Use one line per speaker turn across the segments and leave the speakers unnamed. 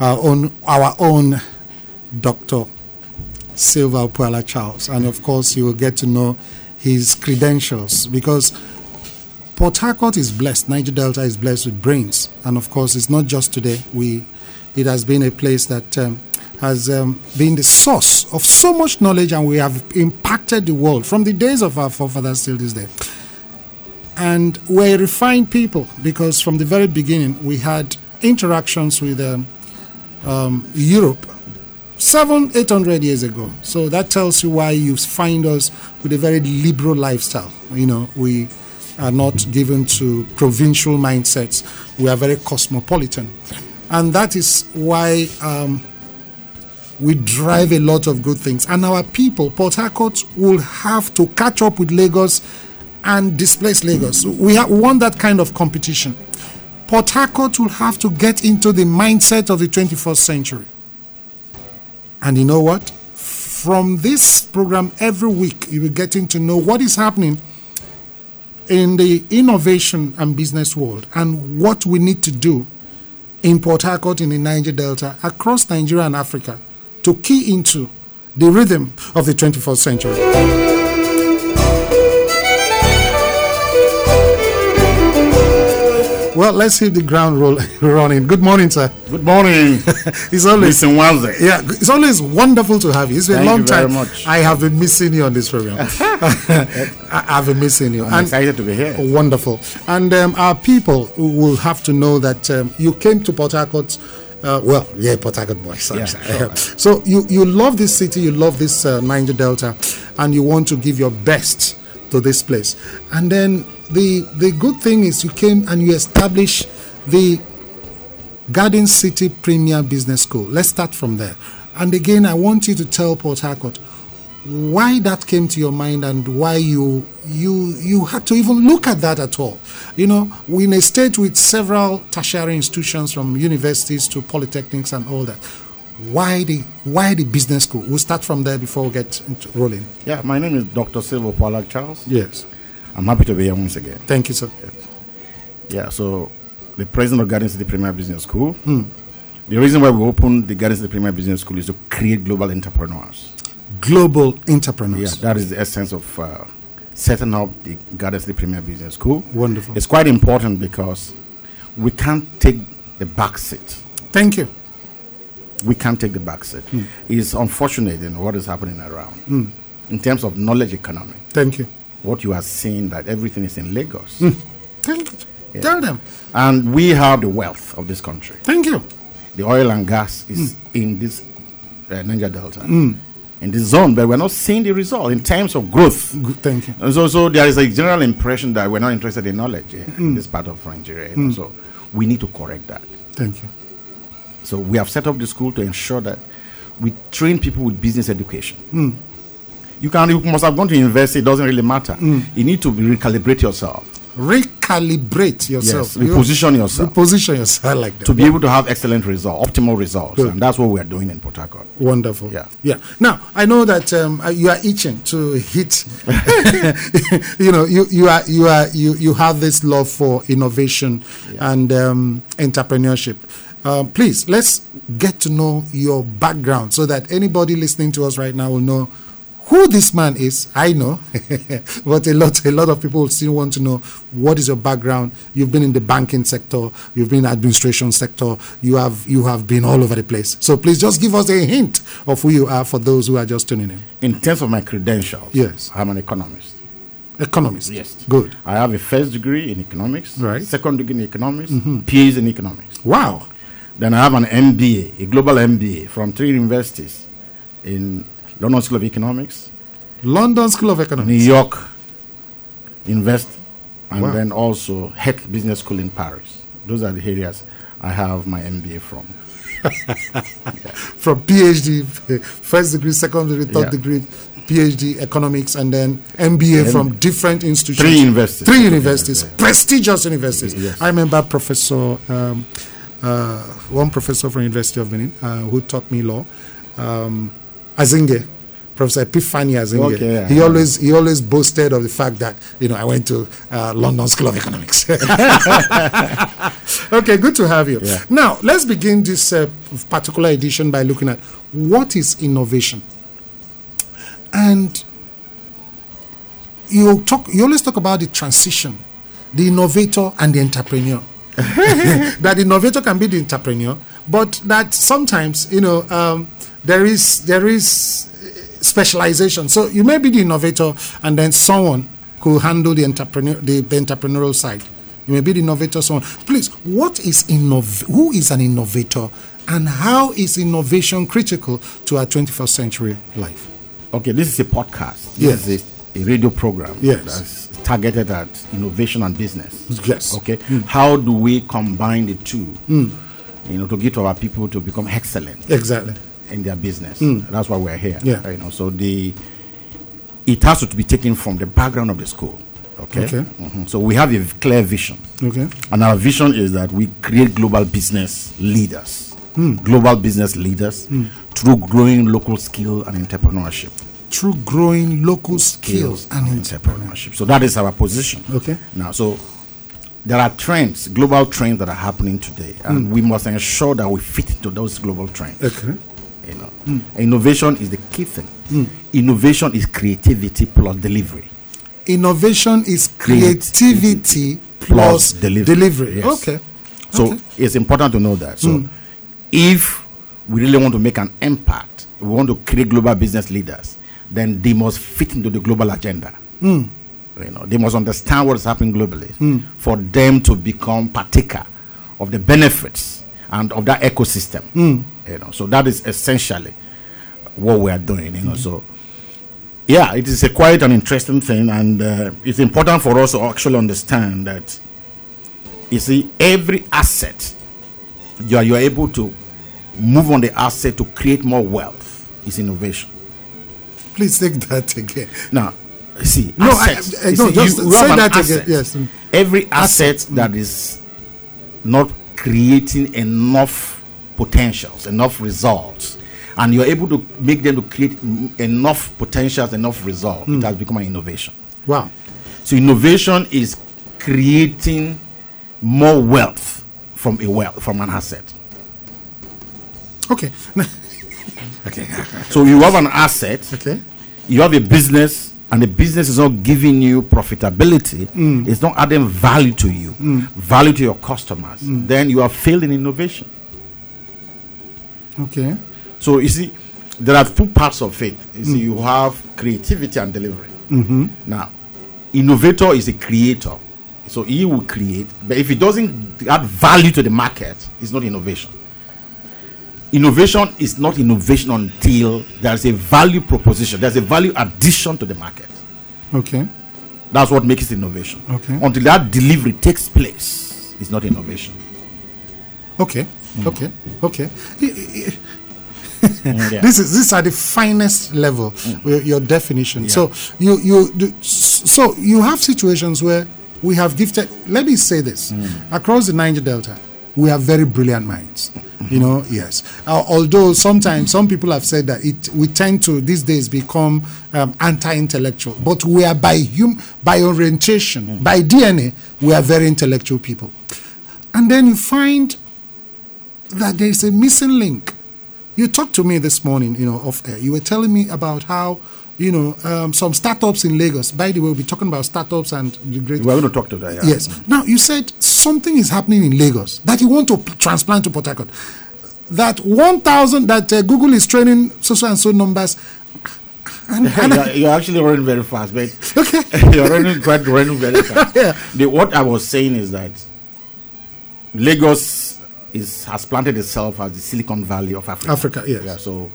our own, our own Dr. Silva Puala Charles. And of course, you will get to know his credentials because Port Harcourt is blessed, Niger Delta is blessed with brains. And of course, it's not just today. We, it has been a place that um, has um, been the source of so much knowledge and we have impacted the world from the days of our forefathers till this day. And we're a refined people because from the very beginning we had interactions with um, um, Europe seven, eight hundred years ago. So that tells you why you find us with a very liberal lifestyle. You know, we are not given to provincial mindsets. We are very cosmopolitan, and that is why um, we drive a lot of good things. And our people, Port Harcourt, will have to catch up with Lagos and displace Lagos. We have won that kind of competition. Port Harcourt will have to get into the mindset of the 21st century. And you know what? From this program every week, you will getting to know what is happening in the innovation and business world and what we need to do in Port Harcourt, in the Niger Delta, across Nigeria and Africa to key into the rhythm of the 21st century. Well, let's hit the ground roll, running. Good morning, sir.
Good morning,
It's always
Mr. Wanze.
yeah, it's always wonderful to have you. It's been
Thank
a long
you very
time.
much.
I have been missing you on this program. I, I've been missing you.
I'm
And
excited to be here.
Wonderful. And um, our people will have to know that um, you came to Port Harcourt. Uh, well, yeah, Port Harcourt boys. I'm
Yeah,
sorry.
sure.
So you, you love this city, you love this uh, Niger Delta, and you want to give your best to this place. And then the the good thing is you came and you established the Garden City Premier Business School. Let's start from there. And again, I want you to tell Port Harcourt why that came to your mind and why you you you had to even look at that at all. You know, we're in a state with several tertiary institutions from universities to polytechnics and all that. Why the why the business school? We'll start from there before we get into rolling.
Yeah, my name is Dr. Silvo Pollack Charles.
Yes.
I'm happy to be here once again.
Thank you, sir.
Yeah, so the president of Garden City Premier Business School. The reason why we opened the Garden City Premier Business School is to create global entrepreneurs.
Global entrepreneurs.
Yeah, that is the essence of uh, setting up the Garden City Premier Business School.
Wonderful.
It's quite important because we can't take the back seat.
Thank you.
we can't take the back seat. It's unfortunate in what is happening around in terms of knowledge economy.
Thank you.
What you are seeing that everything is in Lagos,
Thank you. Tell them.
and we have the wealth of this country.
Thank you.
The oil and gas is in this uh, Niger Delta, in this zone, but we're not seeing the result in terms of growth.
Good, thank you.
And so, so there is a general impression that we're not interested in knowledge eh, in this part of Nigeria. you know, So we need to correct that.
Thank you.
So we have set up the school to ensure that we train people with business education. You can you must have gone to university, it doesn't really matter. You need to recalibrate yourself.
Recalibrate yourself.
Yes. Reposition yourself
Reposition yourself. I like that.
to be able to have excellent results, optimal results.
Good.
And that's what we are doing in Port Harcourt.
Wonderful.
Yeah.
Yeah. Now I know that um, uh, you are itching to hit. you know, you you are you are you you have this love for innovation and um, entrepreneurship. Um, please let's get to know your background so that anybody listening to us right now will know who this man is. I know, but a lot a lot of people will still want to know what is your background. You've been in the banking sector, you've been in the administration sector, you have you have been all over the place. So please just give us a hint of who you are for those who are just tuning in.
In terms of my credentials,
Yes.
I'm an economist.
Economist.
Yes.
Good.
I have a first degree in economics,
Right. Mm-hmm.
second degree in economics, PhD in economics.
Wow.
Then I have an MBA, a global MBA from three universities in London School of Economics,
London School of
New
Economics.
York Invest, and
Wow.
then also Heck Business School in Paris. Those are the areas I have my MBA from.
From PhD, first degree, second degree, third
Yeah.
degree, PhD economics, and then MBA
And
from different institutions.
Three universities.
Three universities,
Yeah,
prestigious universities.
Yes.
I remember Professor, um, uh, one professor from University of Benin uh, who taught me law, um, Azinge. Professor Epiphany as in
Okay, yeah,
he
yeah.
always he always boasted of the fact that you know I went to uh, London School of Economics. okay, good to have you.
Yeah.
Now let's begin this uh, particular edition by looking at what is innovation, and you talk you always talk about the transition, the innovator and the entrepreneur. that the innovator can be the entrepreneur, but that sometimes you know um, there is there is uh, specialization. So you may be the innovator, and then someone could handle the entrepreneur the, the entrepreneurial side. You may be the innovator. Someone, please, what is innov? Who is an innovator, and how is innovation critical to our 21st century life?
Okay, this is a podcast.
Yes.
This is a, a radio program.
Yes.
That's targeted at innovation and business.
Yes. Hmm.
Okay. How do we combine the two? You know, to get our people to become excellent
Exactly.
in their business. That's why we're here.
Hmm. Yeah.
You know, so the it has to be taken from the background of the school. Okay.
Okay.
Mhm. So we have a clear vision.
Okay.
And our vision is that we create global business leaders,
Hmm.
global business leaders through growing local skill and entrepreneurship.
Through growing local skills and entrepreneurship.
entrepreneurship. So that is our position.
Okay.
Now, so there are trends, global trends that are happening today, and we must ensure that we fit into those global trends.
Hmm. Okay. Hmm.
You know, innovation is the key thing. Innovation is creativity plus delivery.
Innovation is creativity
Creativity
plus,
plus
delivery.
delivery. Yes.
Okay.
So
Okay.
it's important to know that. So if we really want to make an impact, we want to create global business leaders, then they must fit into the global agenda. You know, they must understand what is happening globally for them to become partaker of the benefits and of that ecosystem. You know, so that is essentially what we are doing. You know, so yeah, it is a quite an interesting thing, and uh, it's important for us to actually understand that you see every asset you are, you are able to move on the asset to create more wealth is innovation
Please take that again.
now you see
No, I-
assets,
I-
you
no,
see,
just
you
say
have an
that again,
asset.
yes. Mm.
every asset that is not creating enough potentials enough results and you're able to make them to create mm, enough potentials enough results
Mm.
it has become an innovation
Wow.
so innovation is creating more wealth from a wealth from an asset.
Okay.
So you have an asset,
okay.
you have a business, and the business is not giving you profitability. It's not adding value to you, value to your customers. Then you are failed in innovation.
Okay.
So you see, there are two parts of it. You see, you have creativity and delivery.
Mm-hmm.
Now, innovator is a creator, so he will create. But if he doesn't add value to the market, it's not innovation. Innovation is not innovation until there's a value proposition. There's a value addition to the market.
Okay.
That's what makes it innovation.
Okay.
Until that delivery takes place, it's not innovation.
Okay. Okay. Okay. I- I-
Yeah.
This is these are the finest level your- your definition. So you you do, so you have situations where we have gifted. Let me say this: across the Niger Delta, we have very brilliant minds. You know, yes. Uh, although sometimes some people have said that it we tend to these days become um, anti-intellectual, but we are by hum by orientation by DNA we are very intellectual people, and then you find that there is a missing link. You talked to me this morning, you know, off air. You were telling me about how, you know, um, some startups in Lagos. By the way, we'll be talking about startups and the great.
We're going to talk to that. yeah.
Yes. Now you said something is happening in Lagos that you want to p- transplant to Port Harcourt. That one thousand that uh, Google is training so so and so numbers. And, and
you're, you're actually running very fast, but you're running quite running very fast.
Yeah.
The, what I was saying is that Lagos is has planted itself as the Silicon Valley of Africa.
Africa, yes.
Yeah, so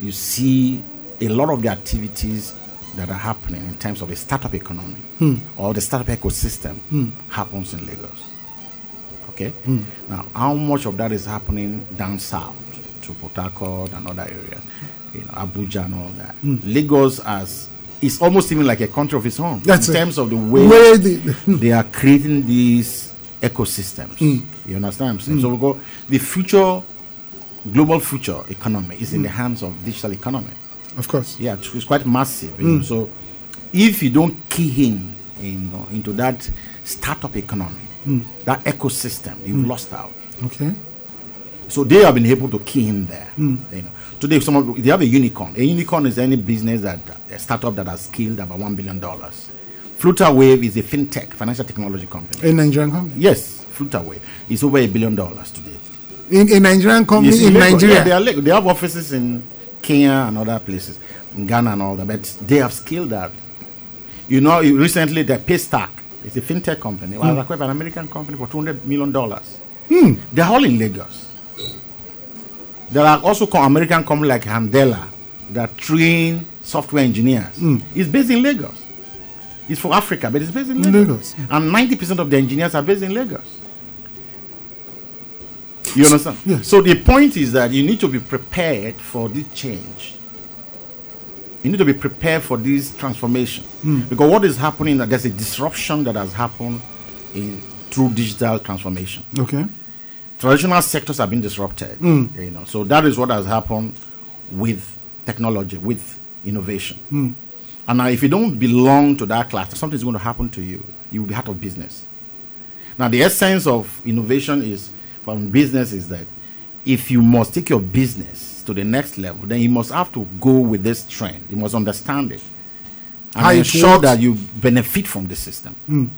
you see a lot of the activities that are happening in terms of the startup economy
Hmm.
or the startup ecosystem happens in Lagos. Okay.
Hmm.
Now, how much of that is happening down south to Port Harcourt and other areas, you know, Abuja and all that?
Hmm.
Lagos as it's almost even like a country of its own
That's
in
it. Hmm.
terms of the way
Where the-
they are creating these ecosystems.
Hmm.
You understand? What I'm saying? So we
Hmm.
go the future, global future economy is in the hands of digital economy.
Of course.
Yeah, it's quite massive. you know. So if you don't key him in, uh, into that startup economy, that ecosystem, you've lost out.
Okay.
So they have been able to key him there. You know, today some of, they have a unicorn. A unicorn is any business that a startup that has scaled about one billion dollars. Flutterwave is a fintech financial technology company.
A Nigerian company.
Yes, Flutterwave is over a billion dollars today.
In a Nigerian company
Yes,
in
Lagos. Yeah,
Nigeria.
they, are, Lag- they have offices in Kenya and other places, in Ghana and all that, but they have scaled up. You know, you- recently the Paystack is a fintech company, was
Hmm.
acquired by an American company for $200 million. They're all in Lagos. There are also co- American companies like Handela that train software engineers. It's based in Lagos. It's for Africa, but it's based in
In
Lagos.
Lagos.
And 90% of the engineers are based in Lagos. You understand?
Yes.
So the point is that you need to be prepared for this change. You need to be prepared for this transformation. Because what is happening, there's a disruption that has happened in through digital transformation
Okay.
traditional sectors have been disrupted. You know, so that is what has happened with technology, with innovation. And now, if you don't belong to that class, something is going to happen to you. You will be out of business. Now, the essence of innovation is from business is that if you must take your business to the next level, then you must have to go with this trend. You must understand it and
How it
ensure
works.
that you benefit from the system.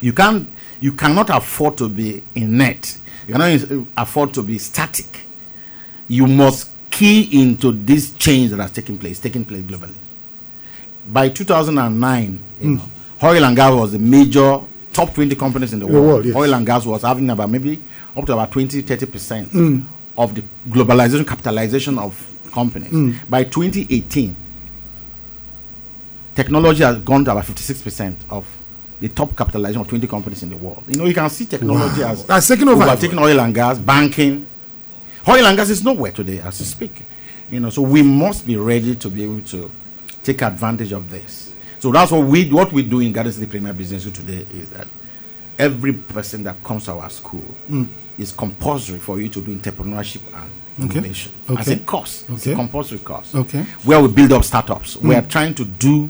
You can't, you cannot afford to be inert. You cannot is- afford to be static. You must key into this change that has taken place, taking place globally. By 2009, you
Hmm.
know, oil and gas was the major top 20 companies in the,
The
world.
world, yes.
Oil and gas was having about maybe up to about 20, 30 percent
Hmm.
of the globalization capitalization of companies.
Hmm.
By 2018, technology has gone to about 56% of the top capitalization of 20 companies in the world. You know, you can see technology
Wow.
as
Has taken over.
overtaken oil and gas, banking. Oil and gas is nowhere today as you speak. You know, so we must be ready to be able to take advantage of this. So that's what we what we do in Garden City Premier Business School today is that every person that comes to our school mm, is compulsory for you to do entrepreneurship and
Okay.
innovation as
Okay.
a course. It's a
Okay.
compulsory course
Okay. Mm.
where we build up startups. We are trying to do.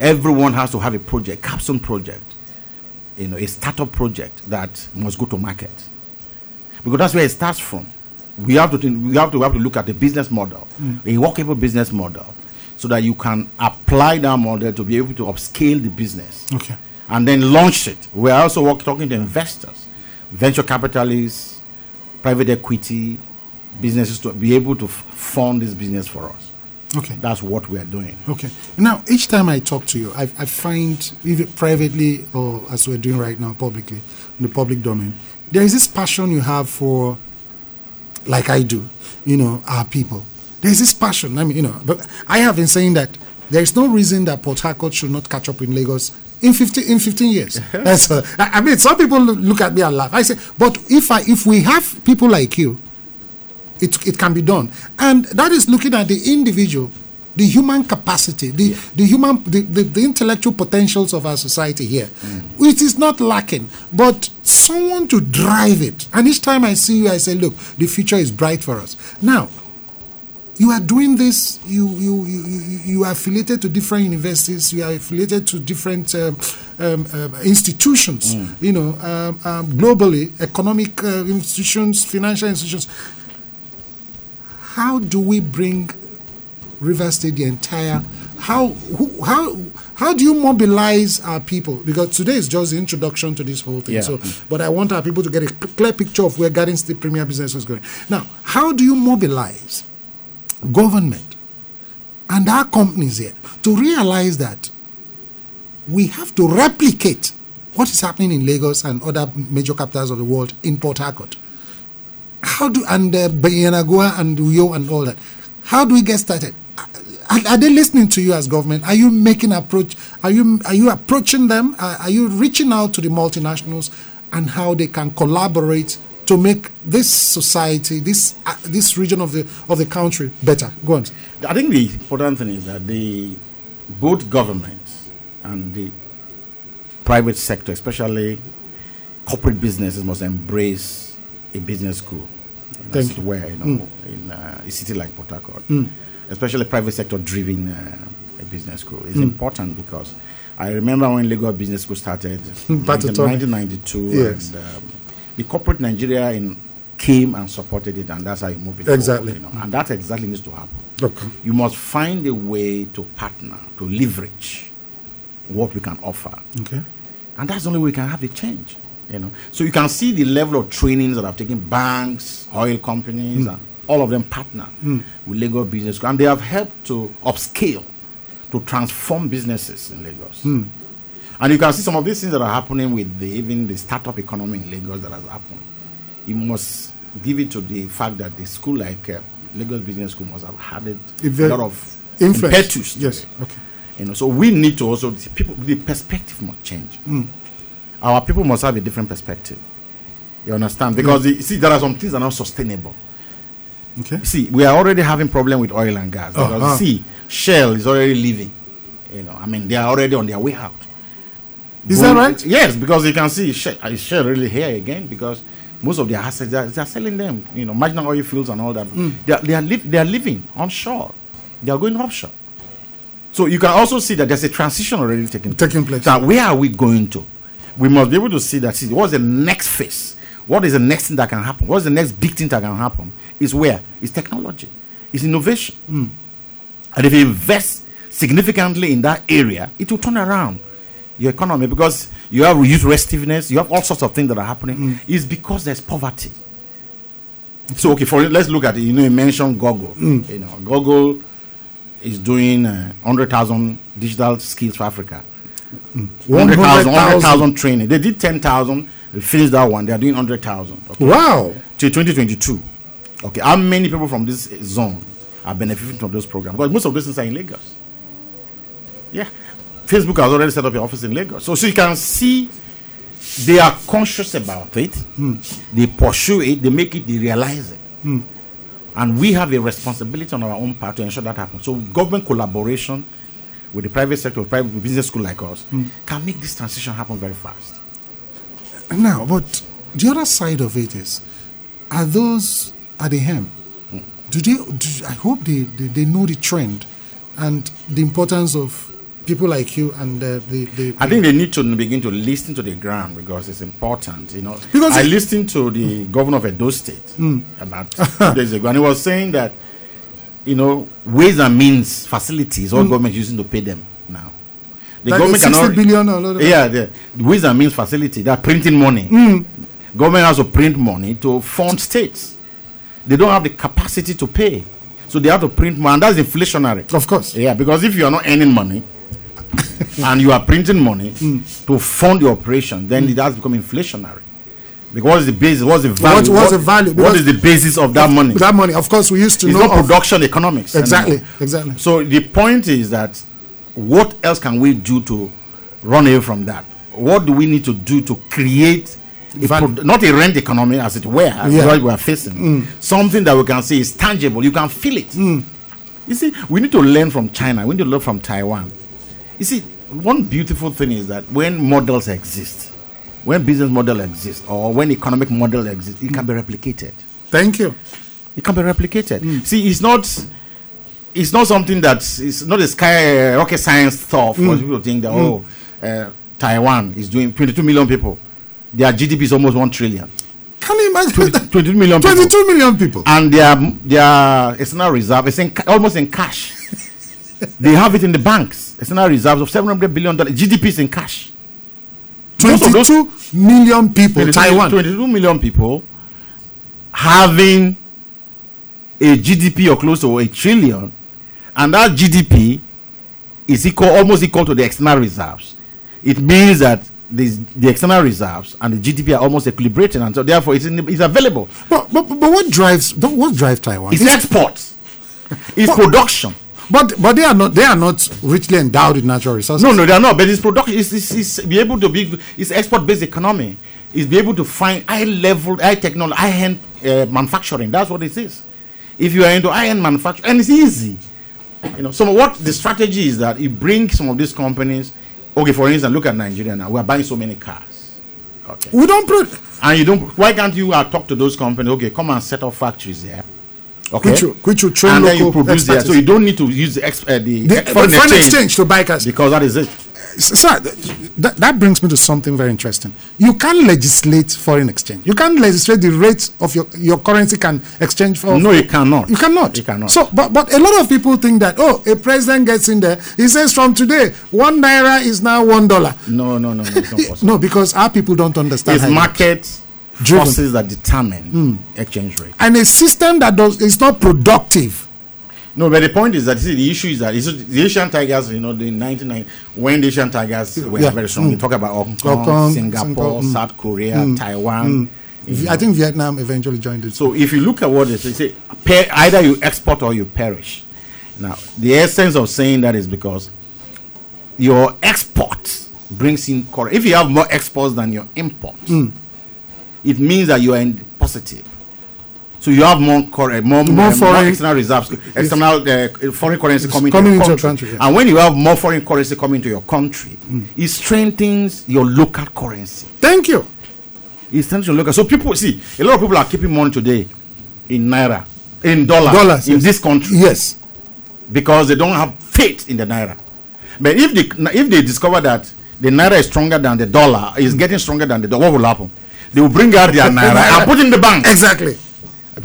Everyone has to have a project, capstone project, you know, a startup project that must go to market, because that's where it starts from. We have to think, we have to we have to look at the business model, a workable business model, so that you can apply that model to be able to upscale the business
Okay.
and then launch it. We're also work, talking to investors, venture capitalists, private equity, businesses to be able to f- fund this business for us.
Okay.
That's what we are doing.
Okay. Now, each time I talk to you, I, I find, either privately or as we're doing right now, publicly, in the public domain, there is this passion you have for, like I do, you know, our people. There's this passion. I mean, you know, but I have been saying that there is no reason that Port Harcourt should not catch up in Lagos in 15, in 15 years. That's, uh, I I mean, some people loo- look at me and laugh. I say, but if I if we have people like you, it, it can be done and that is looking at the individual the human capacity the, the human the, the, the intellectual potentials of our society here it is not lacking but someone to drive it and each time i see you i say look the future is bright for us now you are doing this you you you, you- you, you are affiliated to different universities you are affiliated to different um, um, um, institutions you know um, um, globally economic uh, institutions financial institutions how do we bring River State the entire how who, how how do you mobilize our people because today is just the introduction to this whole thing
Yeah.
so but I want our people to get a cl- clear picture of where Garden State Premier Business is going now how do you mobilize government and our companies here to realize that we have to replicate what is happening in Lagos and other major capitals of the world in Port Harcourt how do and uh, Bayanagua and Uyo and all that? How do we get started? Are, are they listening to you as government? Are you making approach? Are you are you approaching them? Are, are you reaching out to the multinationals and how they can collaborate to make this society, this uh, this region of the of the country better? Go on.
I think the important thing is that the both governments and the private sector, especially corporate businesses, must embrace a business school.
Thank you. Hmm.
Where you know in uh, a city like Port Harcourt, especially private sector driven uh, business school.
Hmm.
It's important because I remember when Lagos Business School started in
Hmm, Back to Tony.
1992,
Yes.
and um, the corporate Nigeria in, came and supported it, and that's how you move it.
Exactly.
Forward, you know, and that exactly needs to happen.
Okay.
You must find a way to partner, to leverage what we can offer.
Okay.
And that's the only way we can have the change. You know, so you can see the level of trainings that have taken banks, oil
Hmm.
companies, and all of them partner with Lagos Business School, and they have helped to upscale, to transform businesses in Lagos.
Hmm.
And you can see some of these things that are happening with the, even the startup economy in Lagos that has happened. You must give it to the fact that the school like uh, Lagos Business School must have had it,
A very-
a lot of
Influence.
impetus. to
Yes.
it.
Okay.
You know, so we need to also the people. The perspective must change.
Mm.
Our people must have a different perspective. You understand? Because
Mm.
the, see, there are some things that are not sustainable.
Okay.
See, we are already having problem with oil and gas. Because
Uh-huh.
see, Shell is already leaving. You know, I mean, they are already on their way out.
Is
Go-
that right?
Yes, because you can see Shell, is Shell really here again because most of their assets they are, they are selling them. You know, marginal oil fields and all that.
Mm.
They are they are, liv- they are living onshore. They are going offshore. So you can also see that there's a transition already taking place.
Taking place.
Now, where are we going to? We must be able to see that. See, what's the next phase? What is the next thing that can happen? What's the next big thing that can happen? Is where? It's technology. It's innovation.
Hmm.
And if you invest significantly in that area, it will turn around your economy because you have youth restiveness, you have all sorts of things that are happening.
Hmm.
It's because there's poverty. So okay, for let's look at it. You know, you mentioned Google. You know, Google is doing uh, hundred thousand digital skills for Africa. 100,000 100,000 training. They did 10,000. They finished that one. They are doing 100,000. Okay
Wow.
till 2022. Okay, how many people from this eh, zone are benefiting from those programs? Because most of those things are in Lagos. Yeah, Facebook has already set up an office in Lagos, so so you can see they are conscious about it. They pursue it. They make it. They realize it. And we have a responsibility on our own part to ensure that happens. So government collaboration with the private sector, with private with business school like us, can make this transition happen very fast.
Now, but the other side of it is, are those at the hem?
Hmm.
Do they? Do, I hope they, they they know the trend and the importance of people like you and uh, the the.
I think they need to n- begin to listen to the ground because it's important, you know.
Because
I
it- Hmm.
listened to the governor of Edo State about two days ago, and he was saying that, you know, ways and means facilities all government is using to pay them now. The
Hmm. Like
government
the 60
cannot-
billion or a lot of-
yeah, the, the ways and means facility. They're printing money.
Hmm.
Government has to print money to fund states. They don't have the capacity to pay, so they have to print money. And that's inflationary.
Of course.
Yeah, because if you are not earning money and you are printing money
Hmm.
to fund the operation, then it has become inflationary. Because what is the basis? What's the value?
What- Hmm. what's the value?
What
Because-
is the basis of that money?
That money, of course, we used to
it's
know
not
of-
production economics.
Exactly,
anymore.
exactly.
So the point is that what else can we do to run away from that? What do we need to do to create a
Value.
prod- not a rent economy as it were, as
Yeah. Mm.
what we are facing? Something that we can see is tangible. You can feel it. You see, we need to learn from China. We need to learn from Taiwan. You see, one beautiful thing is that when models exist, when business model exists, or when economic model exists, it can be
Mm.
replicated
Thank you.
it can be replicated. See, it's not it's not something that it's not a sky uh, rocket science stuff. Most people think that oh, uh, Taiwan is doing 22 million people. Their GDP is almost one trillion.
Can you imagine?
22
that?
million people.
22 million people.
And their their external reserve is in ca- almost in cash. they have it in the banks. External reserves of 700 billion dollars. GDP is in cash. Most of those-
22 million people.
22
Taiwan.
22 million people having a GDP or close to a trillion, and that GDP is equal, almost equal to the external reserves. It means that the, the external reserves and the GDP are almost equilibrating, and so therefore it's, in, it's available.
But, but, but what drives but what drives Taiwan?
It's export, it's production.
but but they are not they are not richly endowed with natural resources.
No, no, they are not. But it's production. It's, it's, it's be able to be. It's export-based economy. It's be able to find high-level, high-technology, high-end uh, manufacturing. That's what it is. If you are into high-end manufacturing, and it's easy. You know. So what the strategy is that you bring some of these companies. Okay, for instance, look at Nigeria now. We are buying so many cars. Okay
We don't pro-
Eh? and you don't why can't you uh, talk to those companies okay come and set up factories there Okay.
Which you- which you train
and then you
local
produce there. So
expertise.
you don't need to use the, ex- uh, the,
The
foreign, exchange,
to buy cars.
because that is it.
Sir, th- that, that brings me to something very interesting. You can legislate foreign exchange. You can legislate the rate of your, your currency can exchange for.
No, you cannot.
You cannot.
You cannot.
So, but but a lot of people think that oh, a president gets in there. He says from today, one naira is now one dollar.
No, no, no, no. It's not possible.
No, because our people don't understand.
it's
how it works.
market
Driven. Hmm.
forces that determine exchange rate.
and a system that does is not productive.
No, but the point is that see, the issue is that it's, the Asian Tigers, you know, the 99, when the Asian Tigers were
Yeah. Hmm.
very strong, you talk about Hong Kong,
Hong Kong,
Singapore,
Singapore, Hmm. mm.
South Korea, Taiwan. you
I think Vietnam eventually joined it.
Mm-hmm. So if you look at what they say, say per, either you export or you perish. Now, the essence of saying that is because your export brings in currency. If you have more exports than your import,
Hmm.
it means that you are in positive. So you have more currency, more,
More
uh,
foreign-
external reserves, external uh, foreign currency coming,
coming
to your
into your country,
country.
yeah. Hmm.
And when you have more foreign currency coming to your country, it strengthens your local currency.
Thank you.
It's time to look at. So people see a lot of people are keeping money today in naira, in dollar,
Dollars,
uh, in
yes.
this country
Yes.
because they don't have faith in the naira. But if they if they discover that the naira is stronger than the dollar, is getting stronger than the dollar, what will happen? They will bring out their naira and put it in the bank,
Exactly.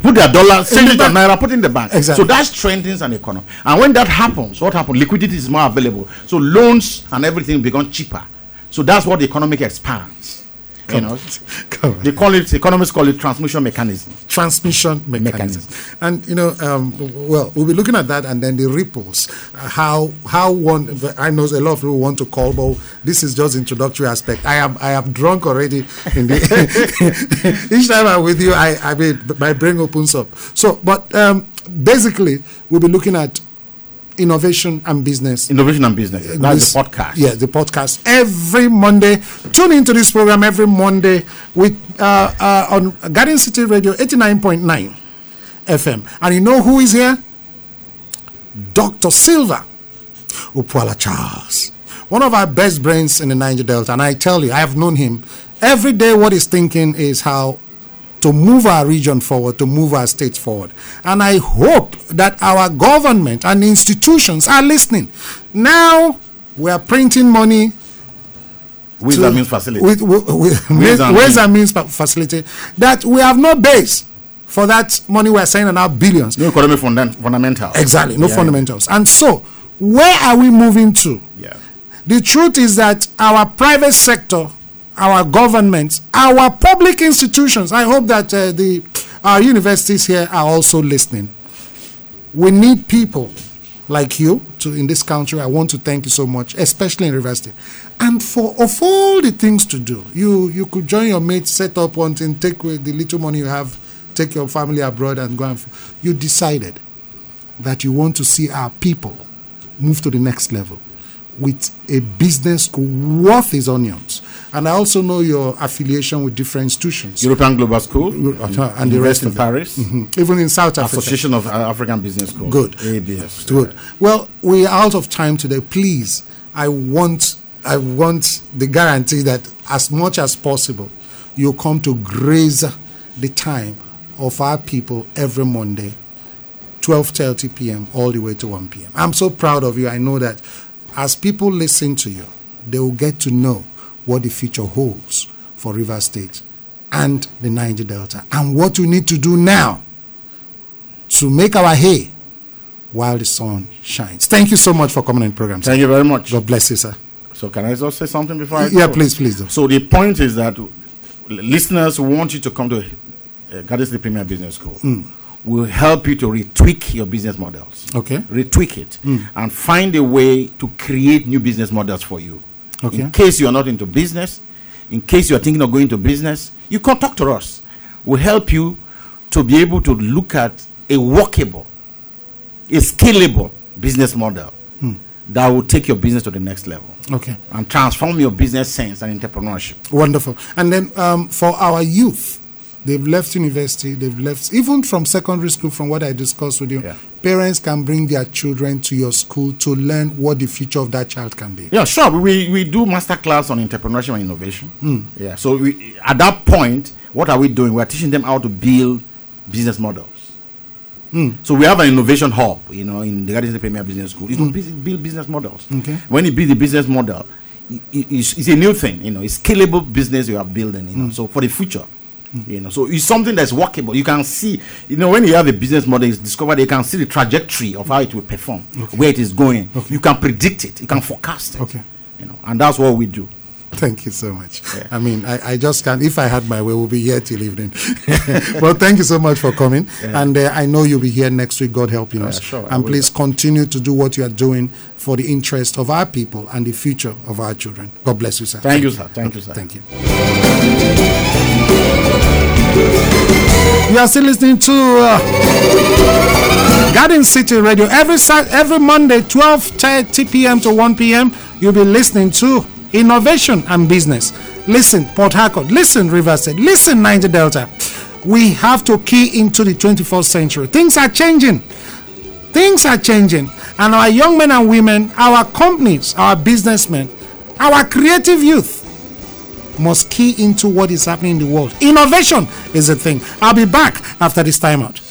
put their dollar,
Eh.
send
the
it to
bank.
naira, put it in the bank.
Exactly.
So that strengthens an economy. And when that happens, what happens? Liquidity is more available. So loans and everything become cheaper. So that's what the economic expands. You know,
Come on.
they call it economists call it transmission mechanism
transmission mechanism. And you know, um, w- well, we'll be looking at that, and then the ripples. Uh, how how one? I know a lot of people want to call, but this is just introductory aspect. I am I am drunk already. In the each time I'm with you, I I mean my brain opens up. So, but um, basically, we'll be looking at innovation and business.
innovation and business that's
Uh, This-
the podcast
Yeah, the podcast every Monday. Tune into this program every Monday with uh, uh, on Garden City Radio 89.9 FM. And you know who is here? Dr. Silva Upwala Charles, one of our best brains in the Niger Delta. And I tell you, I have known him. Every day, what he's thinking is how to move our region forward, to move our state forward. And I hope that our government and institutions are listening. Now, we are printing money
with
to-
that means facility
With, with, with ways,
and means.
and means fa- facility that we have no base for that money we are sending out billions.
no economic funda- fundamental
Exactly, no
Yeah.
fundamentals. And so, where are we moving to?
yeah
The truth is that our private sector, our government, our public institutions, I hope that uh, the our universities here are also listening. We need people like you to in this country. I want to thank you so much, especially in university. And for of all the things to do, you you could join your mates, set up one thing, take with the little money you have, take your family abroad and go and f- you decided that you want to see our people move to the next level with a business school worth its onions. And I also know your affiliation with different institutions,
european global school
uh, and the rest
University in
of them.
paris
even in South Africa.
association of uh, african business school
Good.
abs
Good. Well, we are out of time today. Please, I want I want the guarantee that as much as possible, you come to graze the time of our people every Monday 12:30 p.m. all the way to 1 p.m. I'm so proud of you. I know that as people listen to you, they will get to know what the future holds for River State and the Niger Delta and what we need to do now to make our hay while the sun shines. Thank you so much for coming on the program. sir.
thank you very much
God bless you, sir.
so can i just say something before I
Yeah,
go?
please, please do.
So the point is that l- listeners want you to come to uh, Garden City Premier Business School.
Hmm.
We'll help you to retweak your business models.
Okay. Hmm.
Retweak it and find a way to create new business models for you.
Okay.
In case you are not into business, in case you are thinking of going to business, you can talk to us. We'll help you to be able to look at a workable, a scalable business model
Hmm.
that will take your business to the next level
Okay.
and transform your business sense and entrepreneurship.
Wonderful. And then um, for our youth, they've left university, they've left, even from secondary school, from what I discussed with you,
Yeah.
parents can bring their children to your school to learn what the future of that child can be.
Yeah, sure. We we do master class on entrepreneurship and innovation. Yeah. So we, at that point, what are we doing? We're teaching them how to build business models. So we have an innovation hub, you know, in the Garden State Premier Business School. It's to bus- build business models.
Okay.
When you build a business model, i- i- it's, it's a new thing, you know. It's scalable business you are building, you know. So for the future, you know, so it's something that's workable. You can see, you know, when you have a business model, it's discovered. You can see the trajectory of how it will perform, where it is going. You can predict it. You can forecast it.
Okay.
You know, and that's what we do.
Thank you so much. I mean, I, I just can't. If I had my way, we'll be here till evening. but thank you so much for coming. And uh, I know you'll be here next week, God helping us.
sure, I
and
will.
please continue to do what you are doing for the interest of our people and the future of our children. God bless you, sir.
Thank you, sir. Thank you, sir.
Thank you. You are still listening to uh, Garden City Radio every Sat- every Monday, 12:30 p.m. to 1 p.m. You'll be listening to Innovation and Business. Listen, Port Harcourt. Listen, Riverside. Listen, Niger Delta. We have to key into the 21st century. Things are changing things are changing and our young men and women our companies our businessmen our creative youth must key into what is happening in the world innovation is a thing i'll be back after this timeout